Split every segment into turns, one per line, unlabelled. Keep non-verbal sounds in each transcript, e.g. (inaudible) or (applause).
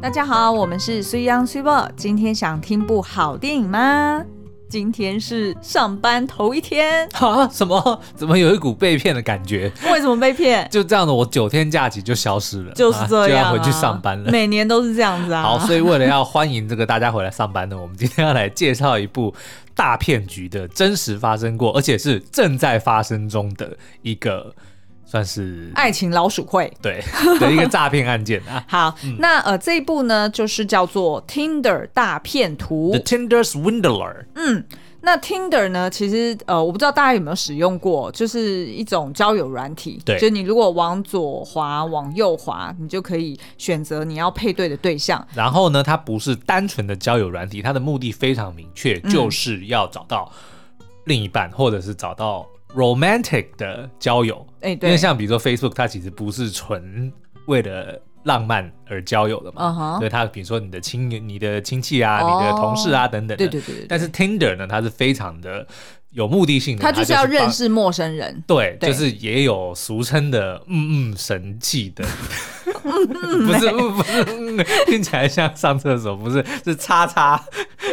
大家好，我们是 s u y a n s u b 今天想听部好电影吗？今天是上班头一天，
(laughs) 啊，什么？怎么有一股被骗的感觉？
为什么被骗？
(laughs) 就这样的，我九天假期就消失了，
就是这样、
啊就要回去上班了。
每年都是这样子啊。
(laughs) 好，所以为了要欢迎这个大家回来上班呢，我们今天要来介绍一部大骗局的真实发生过，而且是正在发生中的一个算是
爱情老鼠会。
对 (laughs) 的一个诈骗案件啊。
好，那呃这一部呢，就是叫做 Tinder 大骗图
The。Tinder Swindler，
那 Tinder 呢，其实呃我不知道大家有没有使用过，就是一种交友软体。
对
就是你如果往左滑、往右滑，你就可以选择你要配对的对象。
然后呢，它不是单纯的交友软体，它的目的非常明确，
嗯
就是要找到另一半，或者是找到 romantic 的交友。
哎、
因
对，
为像比如说 Facebook，它其实不是纯为了浪漫而交友的
嗯
嘛
哼
对它比如说你的亲、你的亲戚啊、
哦
你的同事啊等等的。
对对对对对，
但是 Tinder 呢，它是非常的有目的性的，
他
它
就是要
帮
认。识陌生人。
对，
对
就是也有俗称的“嗯嗯神器”的， (laughs) 不是不不是、嗯，听起来像上厕所，不是是叉叉。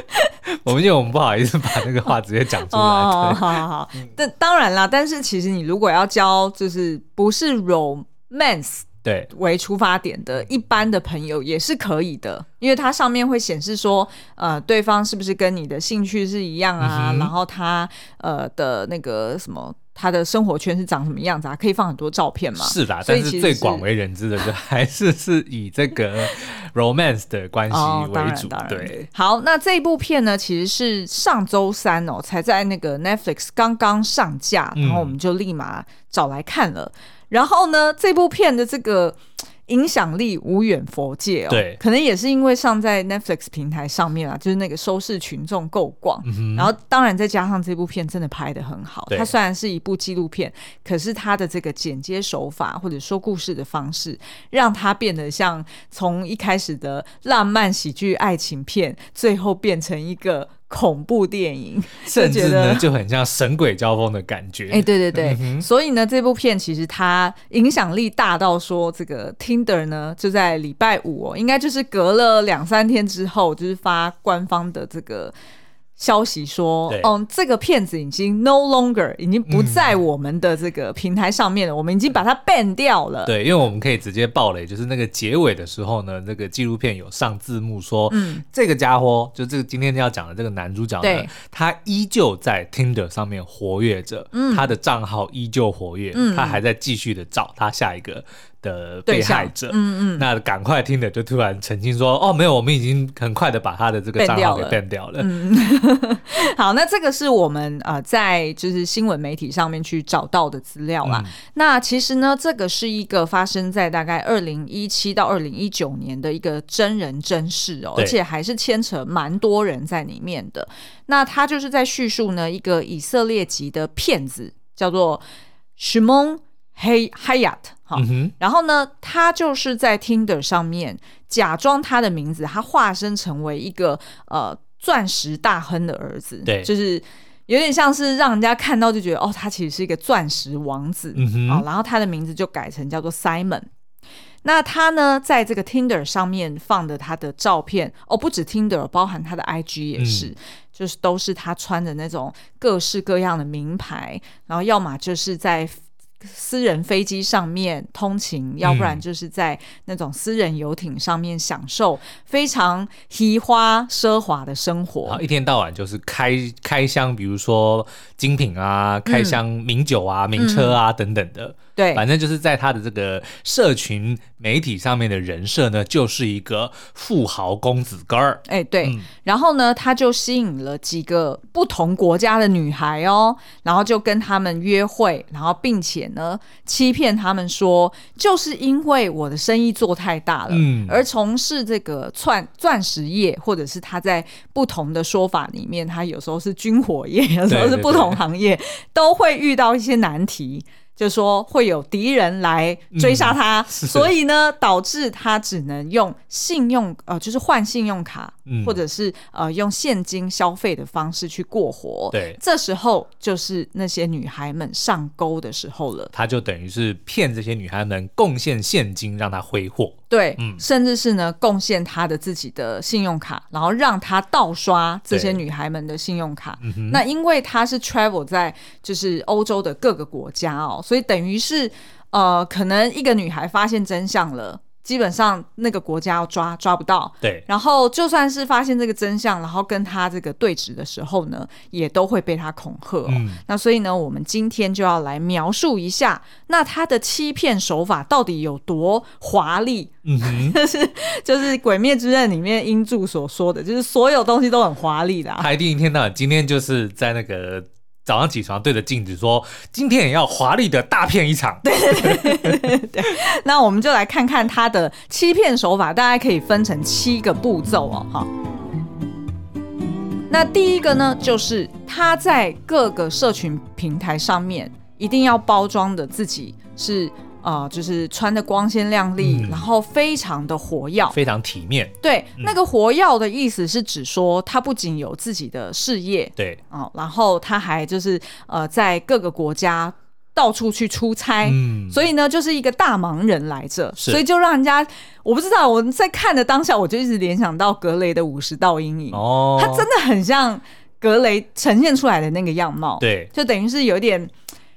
(laughs) 我们因为我们不好意思把那个话直接讲出来，
哦，好
对嗯
好好，但当然啦，但是其实你如果要交，就是不是 romance
对，
为出发点的一般的朋友也是可以的，因为它上面会显示说，呃，对方是不是跟你的兴趣是一样啊，
嗯哼
然后他呃的那个什么。他的生活圈是长什么样子啊？可以放很多照片吗？
是啦，
所以
但
其
是
实
最
是
广为人知的就 (laughs) 还是是以这个 romance 的关系
哦，当
为
然
主，
当然
对，
好，那这一部片呢，其实是上周三哦，才在那个 Netflix 刚刚上架，
嗯
然后我们就立马找来看了。然后呢，这部片的这个。嘖影响力无远佛界哦，
对
可能也是因为上在 Netflix 平台上面啊，就是那个收视群众够广，
嗯
然后当然再加上这部片真的拍得很好，
对
它虽然是一部纪录片，可是它的这个剪接手法或者说故事的方式，让它变得像从一开始的浪漫喜剧爱情片，最后变成一个恐怖电影，
甚
就
至
觉得
呢就很像神鬼交锋的感觉。嗯
哎、对对对，所以呢，这部片其实它影响力大到说，这个 Tinder 呢就在礼拜五哦，应该就是隔了两三天之后，就是发官方的这个消息说
对，
嗯，这个片子已经 no longer 已经不在
嗯
我们的这个平台上面了，我们已经把它 ban 掉了。
对，因为我们可以直接爆雷，就是那个结尾的时候呢，那个纪录片有上字幕说，这个家伙就这个今天要讲的这个男主角呢
嗯对，
他依旧在 Tinder 上面活跃着，
嗯
他的账号依旧活跃，他还在继续的找他下一个。的
对
被
象
害者，嗯嗯，那赶快 Tinder 就突然澄清说，哦，没有，我们已经很快的把他的这个
ban
账号给
掉了嗯
ban 掉了，
好，那这个是我们呃在就是新闻媒体上面去找到的资料啦。那其实呢，这个是一个发生在大概二零一七到二零一九年的一个真人真事哦，
对
而且还是牵扯蛮多人在里面的。那他就是在叙述呢一个以色列籍的骗子，叫做 Shimon Hay Hayat 哈、
嗯哼，
然后呢，他就是在 Tinder 上面假装他的名字，他化身成为一个呃钻石大亨的儿子，
对
就是有点像是让人家看到就觉得哦，他其实是一个钻石王子，啊
嗯哼
好，然后他的名字就改成叫做 Simon。那他呢，在这个 Tinder 上面放的他的照片哦，不止 Tinder，包含他的 IG 也是，
嗯
就是都是他穿着那种各式各样的名牌，然后要么就是在私人飞机上面通勤，要不然就是在那种私人游艇上面享受非常奇花奢华的生
然
活
后。一天到晚就是开开箱，比如说精品
嗯
啊，开箱名酒啊、名车啊等等的。
对，
反正就是在他的这个社群媒体上面的人设呢，就是一个富豪公子哥儿。
哎、对，
嗯
然后呢，他就吸引了几个不同国家的女孩哦，然后就跟他们约会，然后并且呢，欺骗他们说，就是因为我的生意做太大了，
嗯
而从事这个钻钻石业，或者是他在不同的说法里面，他有时候是军火业，有时候是
对对
不同行业，都会遇到一些难题。就说会有敌人来追
嗯
杀他，所以呢，导致他只能用信用呃，就是换信用卡，
嗯
或者是呃用现金消费的方式去过活。
对
这时候就是那些女孩们上钩的时候了。
他就等于是骗这些女孩们贡献现金让他挥霍。
对，
嗯
甚至是呢贡献他的自己的信用卡，然后让他盗刷这些
对
女孩们的信用卡。
嗯哼，
那因为他是 travel 在就是欧洲的各个国家哦，所以等于是呃，可能一个女孩发现真相了，基本上那个国家要抓抓不到，
对，
然后就算是发现这个真相，然后跟他这个对峙的时候呢，也都会被他恐吓、哦。
嗯
那所以呢，我们今天就要来描述一下，那他的欺骗手法到底有多华丽？
嗯哼，
(laughs) 就是《鬼灭之刃》里面英柱所说的，就是所有东西都很华丽啦。
他一定一天到晚，今天就是在那个早上起床对着镜子说，今天也要华丽的大片一场。对，
那我们就来看看他的欺骗手法，大概可以分成七个步骤哦，哈。那第一个呢，就是他在各个社群平台上面一定要包装的自己是呃，就是穿的光鲜亮丽，
嗯
然后非常的活跃，
非嗯常体面。
对，那个活跃的意思是指说他不仅有自己的事业
对，
哦，然后他还就是呃，在各个国家到处去出差，
嗯，
哎所以呢，就是一个大忙人来着，
是
所以就让人家我不知道我在看的当下，我就一直联想到格雷的五十道阴影，
哦，
他真的很像格雷呈现出来的那个样貌，
对，
就等于是有点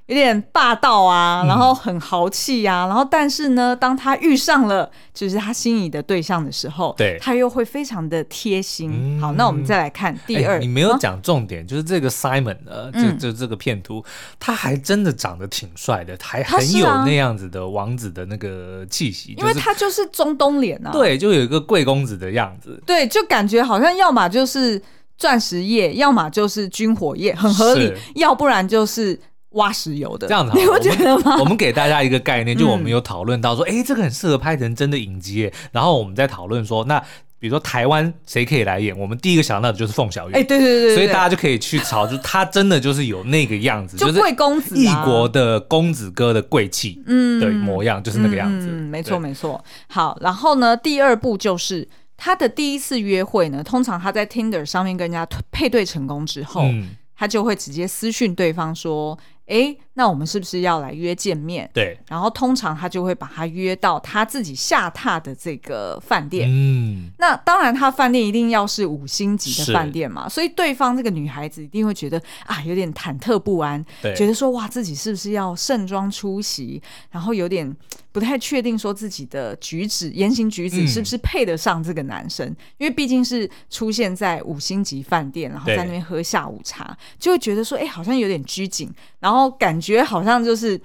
有点霸道啊，
嗯
然后很豪气啊，然后但是呢，当他遇上了就是他心仪的对象的时候，
对
他又会非常的贴心。
嗯
好，那我们再来看第
哎
二，
你没有
啊
讲重点，就是这个 Simon 呃，这
嗯
这这个骗徒，他还真的长得挺帅的，还
他
很
是
有
啊
那样子的王子的那个气息，
因为
就是
他就是中东脸啊，
对，就有一个贵公子的样子，
对，就感觉好像要么就是钻石业，要么就是军火业，很合理
是；
要不然就是挖石油的。
这样子
(laughs)
好
你
了
不觉得吗？
我们给大家一个概念，就我们
啊嗯
有讨论到说，哎、这个很适合拍成真的影集耶，然后我们再讨论说，那比如说台湾谁可以来演，我们第一个想到的就是凤小岳，
哎、对对对对，
所以大
家
家就可以去吵，就他真的就是有那个样子，
就是贵公子、啊，
异国的公子哥的贵气
嗯
的模样，就是那个样子，
嗯，没错
对，
没错。好，然后呢，第二步就是。他的第一次约会呢，通常他在 Tinder 上面跟人家配对成功之后，
嗯，
他就会直接私讯对方说：“哎，那我们是不是要来约见面？”
对，
然后通常他就会把他约到他自己下榻的这个饭店。
嗯，
那当然，他饭店一定要是五星级的
是
饭店嘛，所以对方这个女孩子一定会觉得啊，有点忐忑不安，
对，
觉得说哇，自己是不是要盛装出席，然后有点不太确定说自己的举止、言行举止
嗯
是不是配得上这个男生，因为毕竟是出现在五星级饭店，然后
对
在那边喝下午茶，就会觉得说，哎、好像有点拘谨，然后感觉好像就是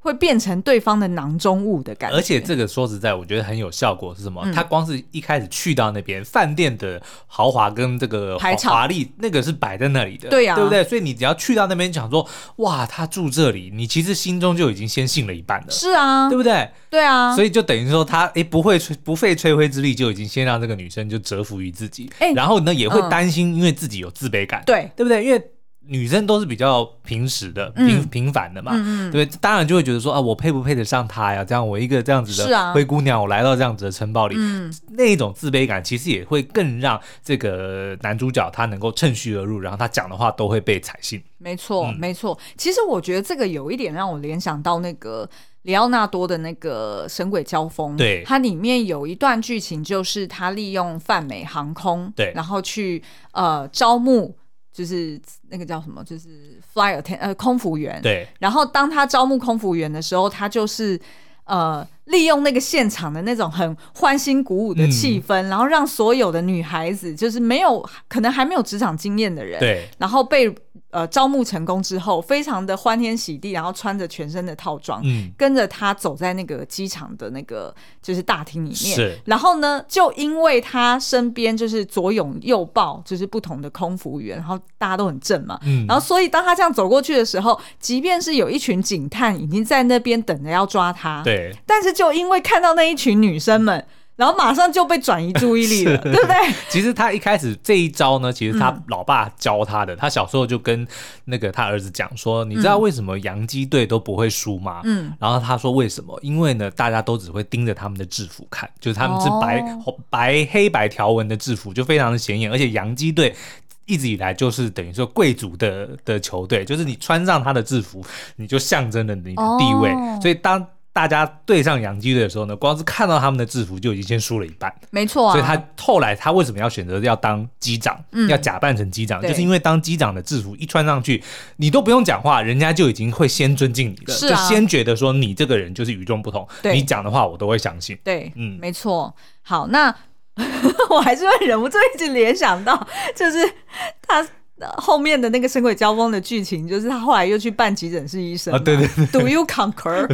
会变成对方的囊中物的感觉，
而且这个说实在，我觉得很有效果是什么？
嗯
他光是一开始去到那边饭店的豪华跟这个
排
华
场
华丽，那个是摆在那里的，
对啊
对不对？所以你只要去到那边讲说，哇，他住这里，你其实心中就已经先信了一半了。
是啊
对，不对？
对啊，
所以就等于说他，诶不会吹不费吹灰之力，就已经先让这个女生就折服于自己。
哎
然后呢，也会
嗯
担心，因为自己有自卑感，
对，
对不对？因为女生都是比较平时的、
嗯
平平凡的嘛，
嗯嗯。
对，当然就会觉得说啊，我配不配得上他呀？这样我一个这样子
是啊
的灰姑娘，我来到这样子的城堡里，
嗯，
那一种自卑感其实也会更让这个男主角他能够趁虚而入，然后他讲的话都会被采信。
没错，
嗯
没错。其实我觉得这个有一点让我联想到那个里奥纳多的那个《神鬼交锋》，
对
它里面有一段剧情就是他利用泛美航空，
对
然后去呃招募，就是那个叫什么，就是 fly attend 呃空服员，
对，
然后当他招募空服员的时候，他就是呃利用那个现场的那种很欢欣鼓舞的气
嗯
氛，然后让所有的女孩子，就是没有可能还没有职场经验的人，
对，
然后被呃招募成功之后，非常的欢天喜地，然后穿着全身的套装，
嗯，
跟着他走在那个机场的那个就是大厅里面。
是，
然后呢，就因为他身边就是左拥右抱，就是不同的空服员，然后大家都很正嘛。
嗯，
然后，所以当他这样走过去的时候，即便是有一群警探已经在那边等着要抓他，
对，
但是就因为看到那一群女生们，然后马上就被转移注意
(laughs)
力了，对不对？ (laughs)
其实他一开始这一招呢，其实他
嗯
老爸教他的。他小时候就跟那个他儿子讲说：“你知道为什么洋基队都不会输吗？”
嗯，
然后他说：“为什么？因为呢，大家都只会盯着他们的制服看，就是他们是白、
哦
红白黑白条纹的制服，就非常的显眼，而且洋基队。”一直以来就是等于说贵族的的球队，就是你穿上他的制服，你就象征了你的地位。
哦
所以当大家对上洋基队的时候呢，光是看到他们的制服就已经先输了一半，
没错啊，
所以他后来他为什么要选择要当机长，
嗯
要假扮成机长，
对
就是因为当机长的制服一穿上去，你都不用讲话，人家就已经会先尊敬你了，
是
就
啊
先觉得说你这个人就是与众不同，
对
你讲的话我都会相信。
对，
嗯
没错。好，那 (laughs) 我还是会忍不住一直联想到，就是他。呃后面的那个《神鬼交锋》的剧情，就是他后来又去办急诊室医生
啊，对对
对，Do you
(laughs)
conquer？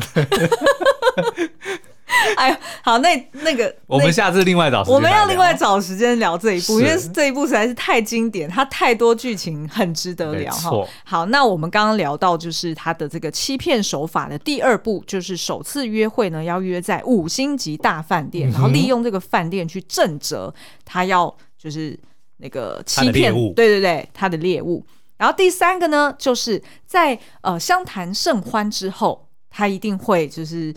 哎呦，好，那那个
我
那
们下次另外找时间
我们要
来聊
另外找时间聊这一部，因
是
为这一部实在是太经典，它太多剧情很值得
没
聊哈
错。
好，那我们刚刚聊到就是它的这个欺骗手法的第二步，就是首次约会呢要约在五星级大饭
嗯
店，然后利用这个饭店去震折他要就是那个欺
他的猎
骗
物，
对对对，他的猎物。然后第三个呢，就是在呃相谈甚欢之后，他一定会就是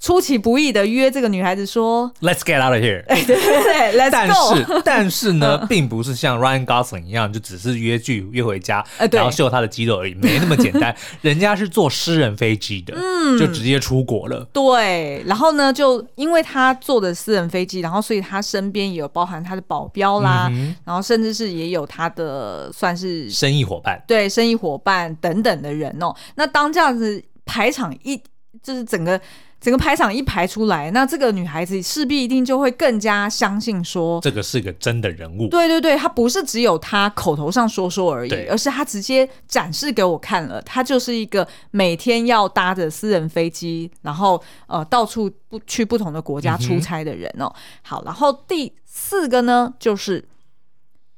出其不意的约这个女孩子说，
Let's get out of here。
对对对，Let's
但
go。
是，但是呢， (laughs) 并不是像 Ryan Gosling 一样，就只是约剧约回家，
呃对
然后秀他的肌肉而已，没那么简
(laughs)
单。人家是坐私人飞机的，
嗯
就直接出国了。
对，然后呢，就因为他坐的私人飞机，然后所以他身边也有包含他的保镖啦，
嗯
然后甚至是也有他的算是
生意伙伴，
对生意伙伴等等的人哦。那当这样子排场一，就是整个整个排场一排出来，那这个女孩子势必一定就会更加相信说，
这个是个真的人物。
对对对，她不是只有她口头上说说而
对
已，而是她直接展示给我看了，她就是一个每天要搭着私人飞机，然后呃到处不去不同的国
嗯
家出差的人哦。好，然后第四个呢，就是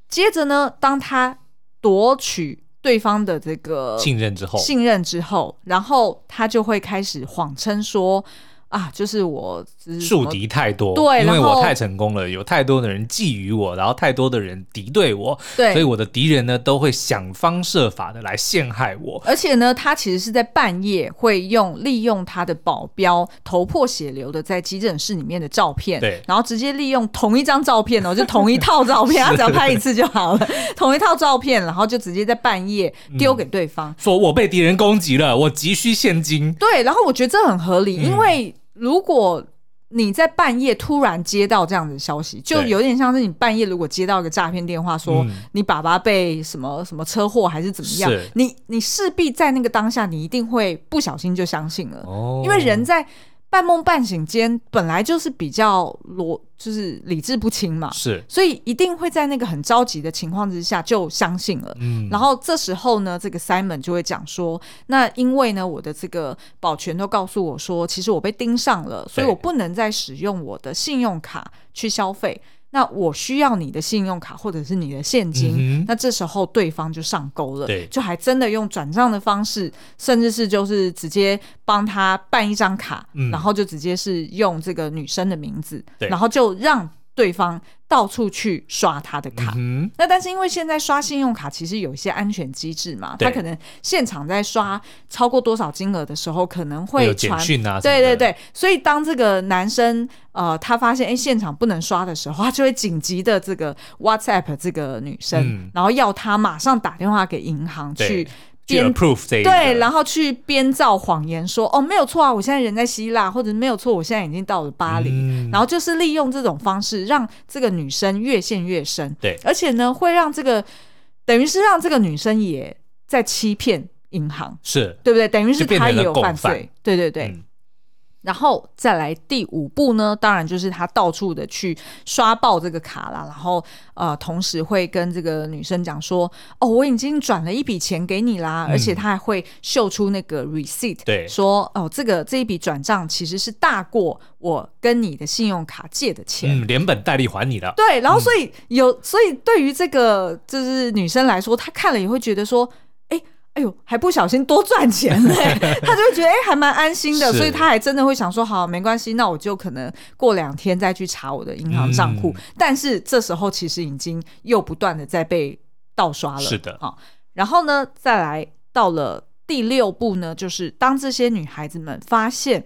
接着呢，当她夺取对方的这个
信任之后，
信任之后，然后她就会开始谎称说啊，就是我只是什
树
么
敌太多，
对
因为
然后
我太成功了，有太多的人觊觎我，然后太多的人敌对我，
对，
所以我的敌人呢都会想方设法的来陷害我。
而且呢，他其实是在半夜会用利用他的保镖头破血流的在急诊室里面的照片，
对
然后直接利用同一张照片哦，就同一套照片，他只要拍一次就好了，同一套照片，然后就直接在半夜丢给对方。
说我被敌人攻击了，我急需现金。
对，然后我觉得这很合理，
嗯
因为如果你在半夜突然接到这样的消息，就
对
有点像是你半夜如果接到一个诈骗电话说，
嗯
你爸爸被什么什么车祸还是怎么样
是，
你你势必在那个当下，你一定会不小心就相信了，
哦
因为人在半梦半醒间本来就是比较逻，就是理智不清嘛，
是，
所以一定会在那个很着急的情况之下就相信了。
嗯，
然后这时候呢，这个 Simon 就会讲说，那因为呢，我的这个保全都告诉我说，其实我被盯上了，所以我不能再使用我的信用卡去消费。那我需要你的信用卡或者是你的现金。
嗯哼
那这时候对方就上钩了
对，
就还真的用转账的方式，甚至是就是直接帮他办一张卡，
嗯
然后就直接是用这个女生的名字，
对
然后就让对方到处去刷他的卡。
嗯
那但是因为现在刷信用卡其实有一些安全机制嘛，
对
他可能现场在刷超过多少金额的时候，可能
会有
会
简
传。
讯啊，
对对，对，所以当这个男生呃他发现哎现场不能刷的时候，他就会紧急的这个 WhatsApp 这个女生，
嗯
然后要她马上打电话给银行去
对去
编
approve 这一
对，
个
然后去编造谎言说哦没有错啊，我现在人在希腊，或者没有错，我现在已经到了巴黎，
嗯
然后就是利用这种方式让这个女生越陷越深，
对
而且呢会让这个等于是让这个女生也在欺骗银行，
是
对不对？等于
就是变成
她也
了
有
共
犯
犯
罪，对对对。
嗯
然后再来第五步呢，当然就是他到处的去刷爆这个卡啦，然后呃，同时会跟这个女生讲说，哦，我已经转了一笔钱给你啦，而且他还会秀出那个 receipt，
对
说哦，这个这一笔转账其实是大过我跟你的信用卡借的钱，
嗯连本带利还你了，
对，然后
嗯
所以有，所以对于这个就是女生来说，她看了也会觉得说，哎、哎呦，还不小心多赚钱
(laughs)
嘞、她就会觉得哎、还蛮安心的，
是
所以她还真的会想说，好，没关系，那我就可能过两天再去查我的银行账
嗯
户。但是这时候其实已经又不断的在被盗刷了，
是的
啊、然后呢，再来到了第六步呢，就是当这些女孩子们发现。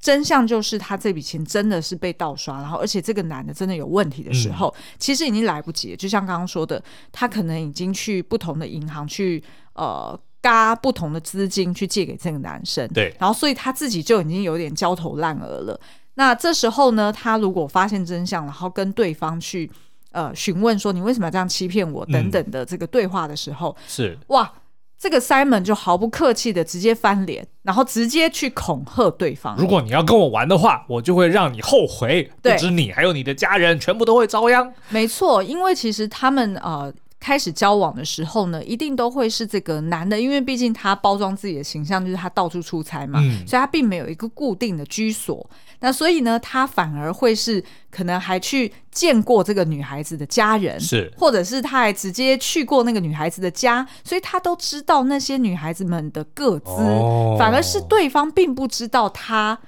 真相就是他这笔钱真的是被盗刷，然后而且这个男的真的有问题的时候，其实已经来不及了。就像刚刚说的，他可能已经去不同的银行去呃嘎不同的资金去借给这个男生，
对
然后所以他自己就已经有点焦头烂额了。那这时候呢，他如果发现真相，然后跟对方去呃询问说你为什么要这样欺骗我等等的这个对话的时候，
是
哇，这个 Simon 就毫不客气的直接翻脸，然后直接去恐吓对方。
如果你要跟我玩的话，我就会让你后悔，不
对
止你，还有你的家人，全部都会遭殃。
没错，因为其实他们呃开始交往的时候呢，一定都会是这个男的，因为毕竟他包装自己的形象就是他到处出差嘛，
嗯
所以他并没有一个固定的居所。那所以呢，他反而会是可能还去见过这个女孩子的家人，
是
或者是他还直接去过那个女孩子的家，所以他都知道那些女孩子们的个资，
哦
反而是对方并不知道他。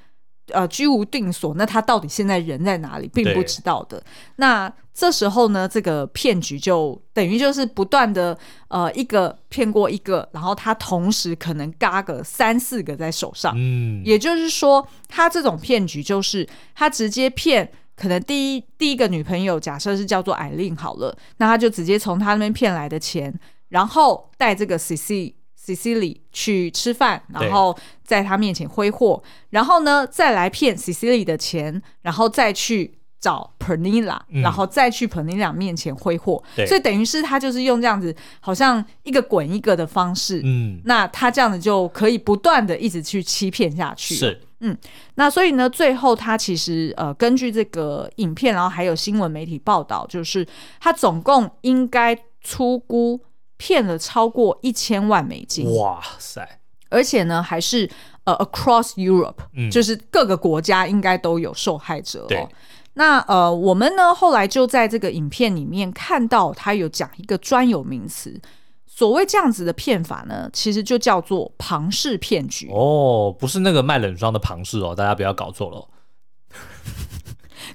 呃，居无定所，那他到底现在人在哪里，并不
对
知道的。那这时候呢，这个骗局就等于就是不断的呃，一个骗过一个，然后他同时可能嘎个三四个在手上，
嗯，
也就是说，他这种骗局就是他直接骗，可能第一第一个女朋友假设是叫做艾琳好了，那他就直接从他那边骗来的钱，然后带这个 C C。C C 里去吃饭，
对
然后在他面前挥霍，然后呢再来骗 C C 里的钱，然后再去找 Pernilla，、
嗯
然后再去 Pernilla 面前挥霍
对，
所以等于是他就是用这样子，好像一个滚一个的方式，
嗯
那他这样子就可以不断的一直去欺骗下去。，
是
那所以呢，最后他其实呃，根据这个影片，然后还有新闻媒体报道，就是他总共应该出估骗了超过一千万美金，
哇塞，
而且呢还是呃 across Europe，、
嗯
就是各个国家应该都有受害者
对
哦。那呃，我们呢后来就在这个影片里面看到他有讲一个专有名词，所谓这样子的骗法呢，其实就叫做庞氏骗局。
哦，不是那个卖冷霜的庞氏哦，大家不要搞错了哦。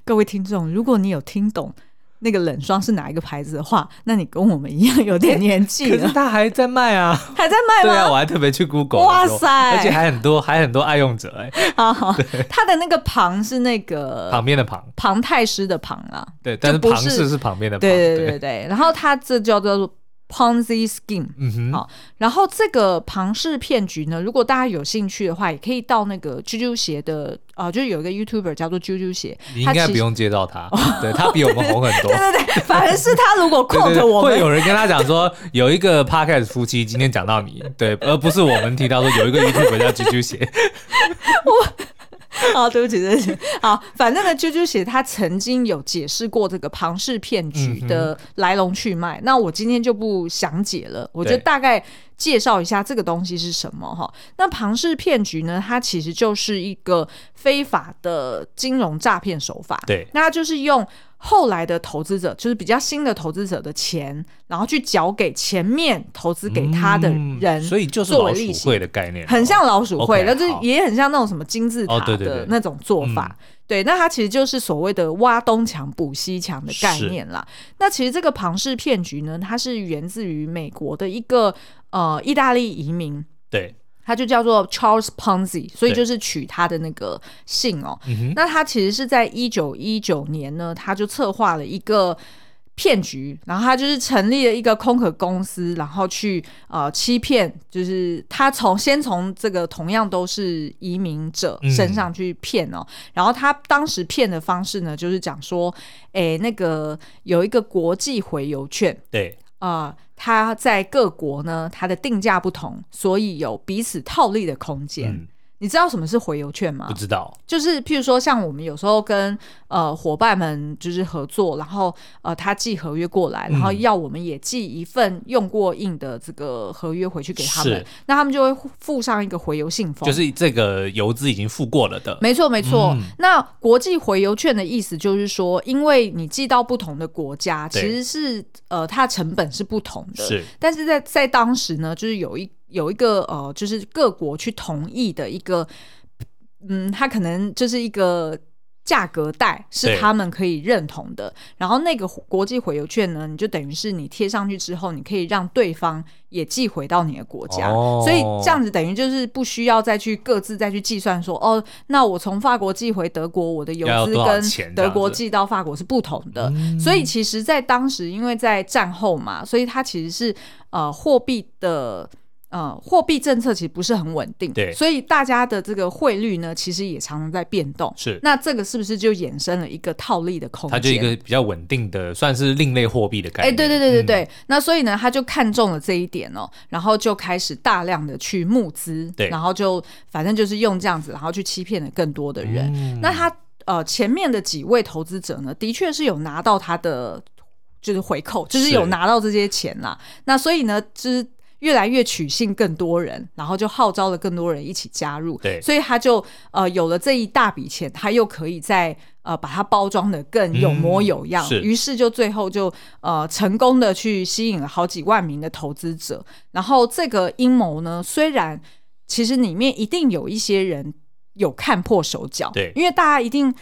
各位听众，如果你有听懂那个冷霜是哪一个牌子的话，那你跟我们一样有点年纪
(laughs) 可是
了，
他还在卖啊。
(laughs) 还在卖
对
吗？
啊，我还特别去 Google，
哇
的时候
塞
而且还很多，还很多爱用者哎、
(laughs) 好好，它的那个庞是那个
旁边的旁，
庞太师的庞啊，
对，但是
不
旁
是
氏是旁边的旁，
对对对对，对，然后它这叫做 Ponzi scheme。
嗯哼，
好然后这个庞氏骗局呢，如果大家有兴趣的话，也可以到那个啾啾鞋的啊、呃就是有一个 YouTuber 叫做啾啾鞋，
你
他
应该
其
不用介绍他，对他比我们红很
(laughs)
多。
对对对，反而是他如果
(laughs) 对对
quote
对
我
会
们，
有人跟他讲说，有一个 podcast 夫妻今天讲到你，对，而不是我们提到说有一个 YouTube 叫啾
(laughs)
啾鞋，
好，哦对不起，对不起。好，反正呢，啾啾写他曾经有解释过这个庞氏骗
嗯
局的来龙去脉。那我今天就不详解了，我就
对
大概介绍一下这个东西是什么哈。那庞氏骗局呢，它其实就是一个非法的金融诈骗手法。
对
那它就是用。后来的投资者就是比较新的投资者的钱，然后去缴给前面投资给他的
嗯
人，
所以就是
作为
老鼠
利息
会的概念，哦
很像老鼠会，
OK，
那就是
好
也很像那种什么金字
哦
塔
对对嗯对
的那种做法。对，那它其实就是所谓的挖东墙补西墙的概念啦。那其实这个庞氏骗局呢，它是源自于美国的一个呃意大利移民，
对，
他就叫做 Charles Ponzi，所以
对
就是取他的那个姓哦。
嗯哼，
那他其实是在一九一九年呢，他就策划了一个骗局，然后他就是成立了一个空壳公司，然后去呃欺骗，就是他从先从这个同样都是移民者
嗯
身上去骗哦，然后他当时骗的方式呢，就是讲说，诶，那个有一个国际回邮券，
对，
啊，它在各国呢，它的定价不同，所以有彼此套利的空间。
嗯，
你知道什么是回邮券吗？
不知道，
就是譬如说，像我们有时候跟呃伙伴们就是合作，然后呃他寄合约过来，
嗯
然后要我们也寄一份用过印的这个合约回去给他们
是，
那他们就会附上一个回邮信封。
就是这个邮资已经付过了的，
没错，没错。
嗯
那国际回邮券的意思就是说，因为你寄到不同的国家，其
对
实是呃，它的成本是不同的。
是
但是在在当时呢，就是有一有一个呃，就是各国去同意的一个，嗯，它可能就是一个价格带是
对
他们可以认同的。然后那个国际回邮券呢，你就等于是你贴上去之后，你可以让对方也寄回到你的国家，
哦
所以这样子等于就是不需要再去各自再去计算说，哦，那我从法国寄回德国，我的邮
要
资
多少钱
跟
这
德
样
国
子嗯
寄到法国是不同的。所以其实，在当时，因为在战后嘛，所以它其实是呃货币的呃，货币政策其实不是很稳定，
对
所以大家的这个汇率呢，其实也常常在变动。
是
那这个是不是就衍生了一个套利的空间？
它就一个比较稳定的，算是另类货币的概
哎，
念。嗯
对对对对对，那所以呢，他就看中了这一点哦，然后就开始大量的去募资，
对
然后就反正就是用这样子，然后去欺骗了更多的人。
嗯
那他呃前面的几位投资者呢，的确是有拿到他的就是回扣，就是
是
有拿到这些钱啦。那所以呢，就是越来越取信更多人，然后就号召了更多人一起加入。
对
所以他就呃有了这一大笔钱，他又可以再呃把它包装的更有模有样，
嗯是
于是就最后就呃成功的去吸引了好几万名的投资者。然后这个阴谋呢，虽然其实里面一定有一些人有看破手脚，
对
因为大家一定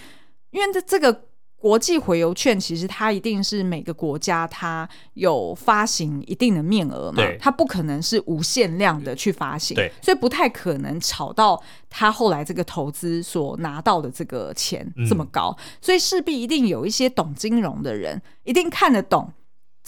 因为这这个。国际回邮券其实它一定是每个国家它有发行一定的面额嘛
对，
它不可能是无限量的去发行，
对
所以不太可能炒到他后来这个投资所拿到的这个钱
嗯
这么高，所以势必一定有一些懂金融的人一定看得懂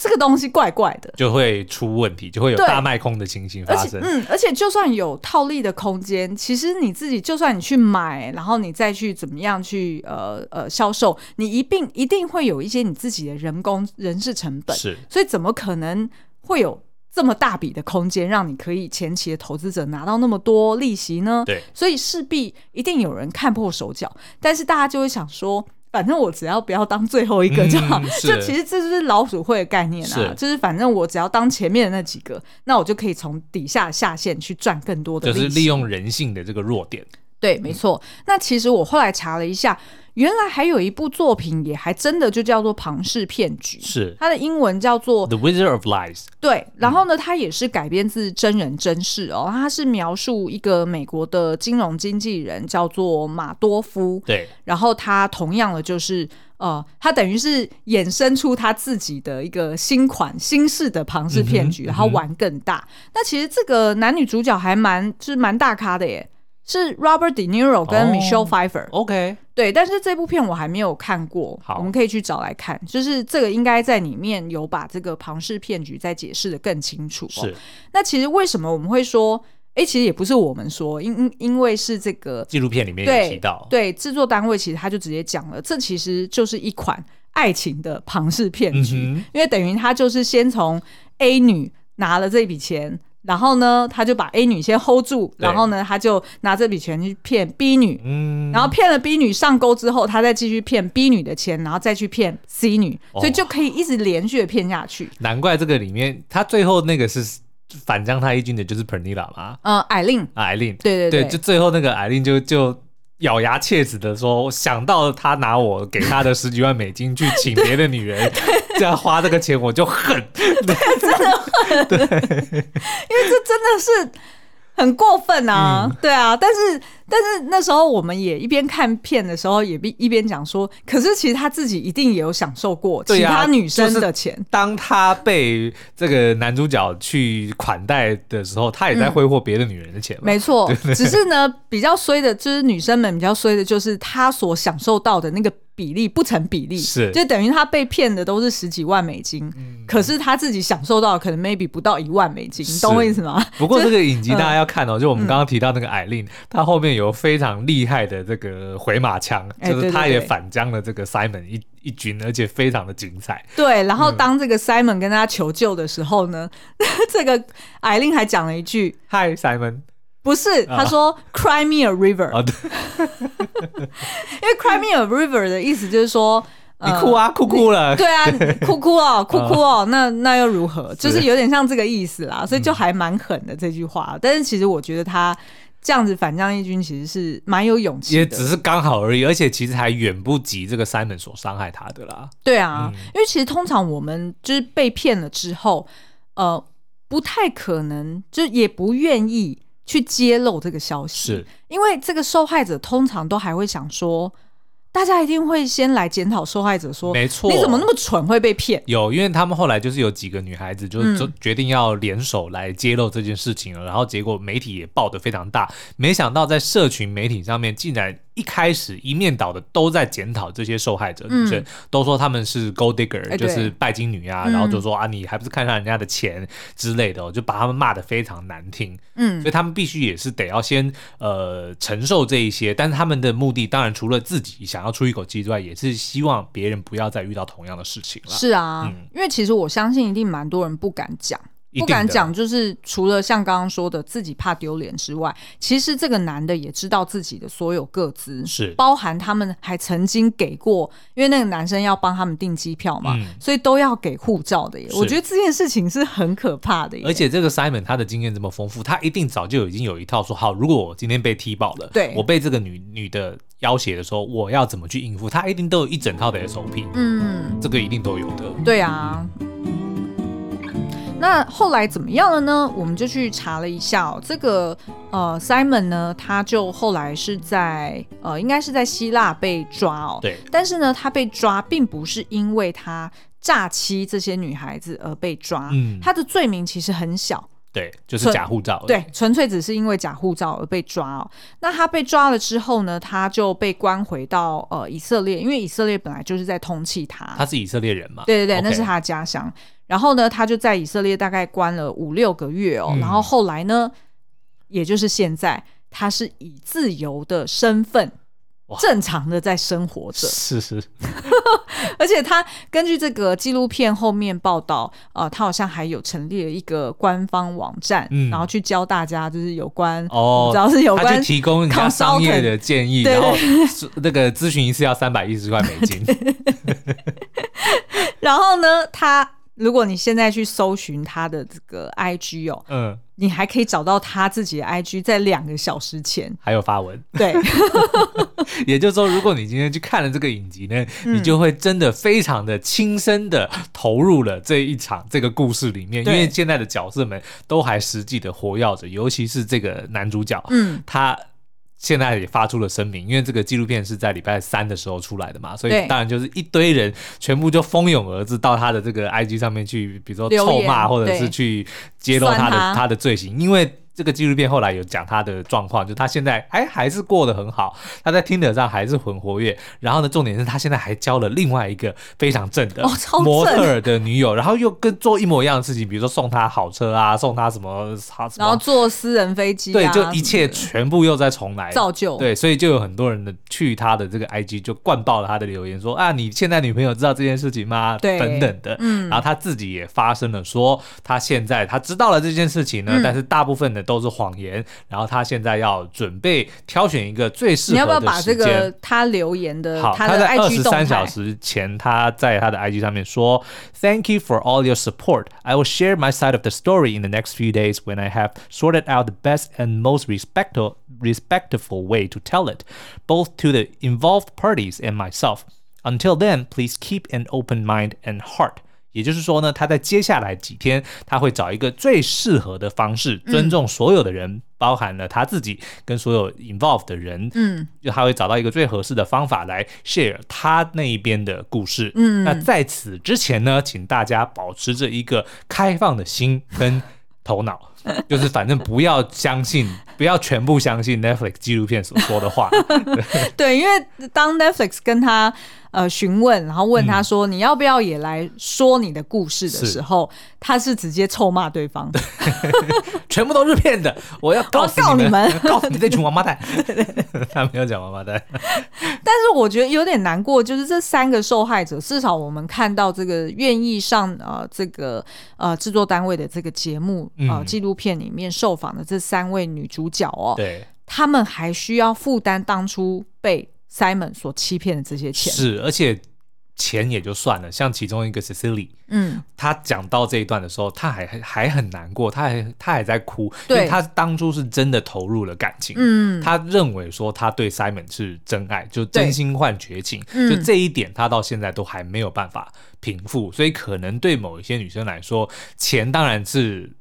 这个东西怪怪的，
就会出问题，就会有
对
大卖空的情形
而
发
且
生。
嗯，而且就算有套利的空间，其实你自己就算你去买，然后你再去怎么样去呃呃销售，你一并一定会有一些你自己的人工人事成本，
是
所以怎么可能会有这么大笔的空间，让你可以前期的投资者拿到那么多利息呢？
对，
所以势必一定有人看破手脚，但是大家就会想说。反正我只要不要当最后一个就好，
嗯是
这其实这就是老鼠会的概念啊，
是
就是反正我只要当前面的那几个，那我就可以从底下下线去赚更多的
就
利息。
是利用人性的这个弱点。
对，没错。那其实我后来查了一下，原来还有一部作品也还真的就叫做《庞氏骗局》，
是
它的英文叫做
The Wizard of Lies，
对，然后呢，它也是改编自真人真事哦，它是描述一个美国的金融经纪人叫做马多夫，
对，
然后他同样的就是呃，他等于是衍生出他自己的一个新款新式的庞氏骗局，
嗯哼
然后玩更大。那其实这个男女主角还蛮就是蛮大咖的耶。是 Robert De Niro 跟
哦
Michelle Pfeiffer，、
OK，
对，但是这部片我还没有看过，
好
我们可以去找来看。就是这个应该在里面有把这个庞氏骗局再解释的更清楚、哦。
是
那其实为什么我们会说？诶，其实也不是我们说，因因因为是这个
纪录片里面有提
对
到，
对制作单位，其实他就直接讲了，这其实就是一款爱情的庞氏骗
嗯
局，
哼，
因为等于他就是先从 A 女拿了这笔钱。然后呢，他就把 A 女先 hold 住，
对
然后呢，他就拿这笔钱去骗 B 女，
嗯，
然后骗了 B 女上钩之后，他再继续骗 B 女的钱，然后再去骗 C 女，
哦
所以就可以一直连续的骗下去。
难怪这个里面他最后那个是反将他一军的，就是 Pernilla 嘛，
呃，艾令，
啊艾琳，
对对
对，就最后那个艾琳就就。咬牙切齿的说：“想到他拿我给他的十几万美金去请别的女
(laughs)
人，这样花这个钱，我就恨。
这真的是很过分啊！
嗯
对啊，但是但是那时候我们也一边看片的时候，也一一边讲说，可是其实他自己一定也有享受过
对
其
啊
他女生
就是
的钱。
当他被这个男主角去款待的时候，他也在挥霍别的女人的钱嘛。
没错，只是呢，比较衰的，就是女生们比较衰的，就是她所享受到的那个比例不成比例，
是嗯
就等于她被骗的都是十几万美金，可是她自己享受到的可能 maybe 不到一万美金，你懂我意思吗？
不过这个
嗯
影集大家要看哦，就我们刚刚提到那个艾琳，她后面有非常厉害的这个回马枪，
哎
就
对
是
对
她也
对
反将了这个 Simon 一一军，而且非常的精彩。
对，然后当这个 Simon 跟他求救的时候呢，这个艾琳还讲了一句。
嗨，Simon，
嗯不是，
啊
他说 “Cry me a river”，、
啊对
因为 “Cry me a river” 的意思就是说，
你
呃
哭啊，哭哭 (laughs) 了，
对啊，哭哭哦，哭哭
啊
哦，那那又如何？就是有点像这个意思
嗯
啦，所以就还蛮狠的这句话。但是其实我觉得他这样子反将一军，其实是蛮有勇气
也
的
只。是刚好而已，而且其实还远不及这个 Simon 所伤害他的啦。
对啊，
嗯
因为其实通常我们就是被骗了之后，呃，不太可能，就也不愿意去揭露这个消息，
是
因为这个受害者通常都还会想说，大家一定会先来检讨受害者说，
没错，
你怎么那么蠢，会被骗？
有，因为他们后来就是有几个女孩子，
嗯
就是就决定要联手来揭露这件事情了，然后结果媒体也报得非常大，没想到在社群媒体上面竟然一一开始一面倒的都在检讨这些受害者女生，
嗯
都说他们是 gold digger，、
哎对
就是拜金女啊，
嗯
然后就说啊你还不是看上人家的钱之类的、哦，就把他们骂得非常难听。
嗯
所以他们必须也是得要先呃承受这一些，但是他们的目的当然除了自己想要出一口气之外，也是希望别人不要再遇到同样的事情了。
是啊，
嗯
因为其实我相信一定蛮多人不敢讲，
一定
不
的
敢讲，就是除了像刚刚说的自己怕丢脸之外，其实这个男的也知道自己的所有个资，
是
包含他们还曾经给过，因为那个男生要帮他们订机票嘛，
嗯
所以都要给护照的耶。
是
我觉得这件事情是很可怕的耶，
而且这个 Simon 他的经验这么丰富，他一定早就已经有一套说好，如果我今天被踢爆了，
对
我被这个女女的要挟的时候，我要怎么去应付？他一定都有一整套的 SOP，、
嗯，
这个一定都有的。
对啊。那后来怎么样了呢？我们就去查了一下哦，这个呃，Simon 呢，他就后来是在呃，应该是在希腊被抓哦。
对，
但是呢，他被抓并不是因为他诈欺这些女孩子而被抓，
嗯哦
他的罪名其实很小，
对，就是
所以
假护照。
对，，纯粹只是因为假护照而被抓哦。那他被抓了之后呢，他就被关回到呃以色列，因为以色列本来就是在通缉他，
他是以色列人嘛？
对对对
OK
那是他的家乡。然后呢，他就在以色列大概关了五六个月哦。
嗯
然后后来呢，也就是现在，他是以自由的身份
哇
正常的在生活着。 (laughs)
是是，
而且他根据这个纪录片后面报道，呃，他好像还有成立了一个官方网站，
嗯
然后去教大家就是有关，
哦
只要是有
他
关
去提供人家
consultant
商业的建议，
对
然
对
后是那个咨询一次要三百一十块美金。
然后呢，他如果你现在去搜寻他的这个 IG 哦，
嗯，
你还可以找到他自己的 IG 在两个小时前，
还有发 (laughs) 文。
对
也就是说，如果你今天去看了这个影集呢，
嗯
你就会真的非常的亲身的投入了这一场这个故事里面，因
对
为现在的角色们都还实际的活跃着，尤其是这个男主角，
嗯，
他。现在也发出了声明，因为这个纪录片是在礼拜三的时候出来的嘛，所以
对
当然就是一堆人全部就蜂拥而至到他的这个 IG 上面去，比如说
留
臭
言
骂或者
对
是去揭露他
酸
的
他
他的罪行，因为这个纪录片后来有讲他的状况，就他现在哎还是过得很好，他在 Tinder 上还是很活跃，然后呢，重点是他现在还交了另外一个非常正的
哦超正
模特儿的女友，然后又跟做一模一样的事情，比如说送她好车啊，送她什么啥什
然后
么，
坐私人飞机、啊，
对，就一切
什么
全部又在重来
的。造就，
对，所以就有很多人的去他的这个 IG 就灌爆了他的留言说啊，你现在女朋友知道这件事情吗？
对
等等的。
嗯
然后他自己也发声了说，他现在他知道了这件事情呢，
嗯
但是大部分的都是谎言。然后他现在要准备挑选一个最适合
你
的
要
时间。
不要把这个他留言的
好，
的
在二
IG
十
动态
三小时前，他在他的 IG 上面说：“Thank you for all your support. I will share my side of the story in the next few days when I have sorted out the best and most respectful respectful way to tell it, both to the involved parties and myself. Until then, please keep an open mind and heart.” 也就是说呢，他在接下来几天，他会找一个最适合的方式，尊
嗯
重所有的人，包含了他自己跟所有 involved 的人，嗯，就他会找到一个最合适的方法来 share 他那一边的故事。嗯，那在此之前呢，请大家保持着一个开放的心跟头脑。
(laughs)
就是反正不要相信，不要全部相信 Netflix 纪录片所说
(laughs)
的话。
(laughs) 对，因为当 Netflix 跟他呃询问，然后问他说、你要不要也来说你的故事的
嗯是
时候，他是直接臭骂对方， (laughs)
全部都是骗的，我要告死
我要告
你
你
们，
们
告死你这群王
(laughs)
八蛋！ (laughs) 他没有讲王八蛋，
但是我觉得有点难过，就是这三个受害者，至少我们看到这个愿意上呃这个呃制作单位的这个节目呃
嗯
纪录片里面受访的这三位女主角哦，
对，
她们还需要负担当初被 Simon 所欺骗的这些钱，
是，而且钱也就算了，像其中一个 Cecily，
嗯，
她讲到这一段的时候，她还还很难过，她还她还在哭，因
对
为她当初是真的投入了感情，
嗯
她认为说她对 Simon 是真爱，就真
对
心换绝情，
嗯
就这一点她到现在都还没有办法平复，所以可能对某一些女生来说，钱当然是。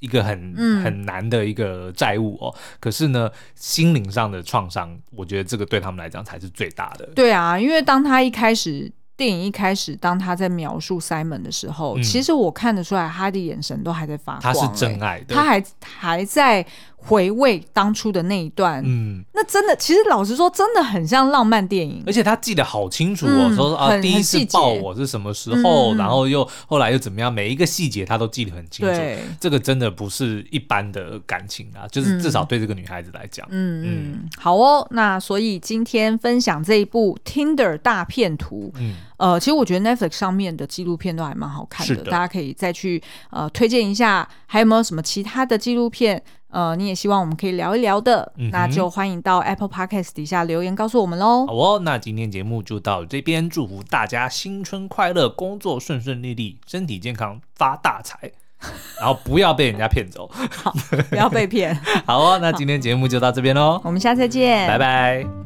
一个很
嗯
很难的一个债务哦，可是呢，心灵上的创伤，我觉得这个对他们来讲才是最大的。
对啊，因为当他一开始电影一开始，当他在描述 Simon 的时候，
嗯
其实我看得出来，他的眼神都还在发光、
他是
欸
真爱的，
他还还在回味当初的那一段，
嗯，
那真的，其实老实说，真的很像浪漫电影
而。且他记得好清楚哦，
嗯
说啊
很
第一
很
次
细节
抱我是什么时
嗯
候，
嗯嗯
然后又后来又怎么样，每一个细节他都记得很清楚。
对，
这个真的不是一般的感情啊，就是至少对这个女孩子来讲，
嗯嗯，好哦。那所以今天分享这一部《Tinder 大片图》，
嗯
呃，其实我觉得 Netflix 上面的纪录片都还蛮好看的，
是的
大家可以再去呃推荐一下，还有没有什么其他的纪录片？呃，你也希望我们可以聊一聊的，
嗯哼
那就欢迎到 Apple Podcast 底下留言告诉我们喽
好。哦，那今天节目就到这边，祝福大家新春快乐，工作顺顺利利，身体健康，发大财， (laughs) 然后不要被人家骗走。
不要被骗，
好哦，那今天节目就到这边喽，
(laughs) 我们下次见，
拜。拜。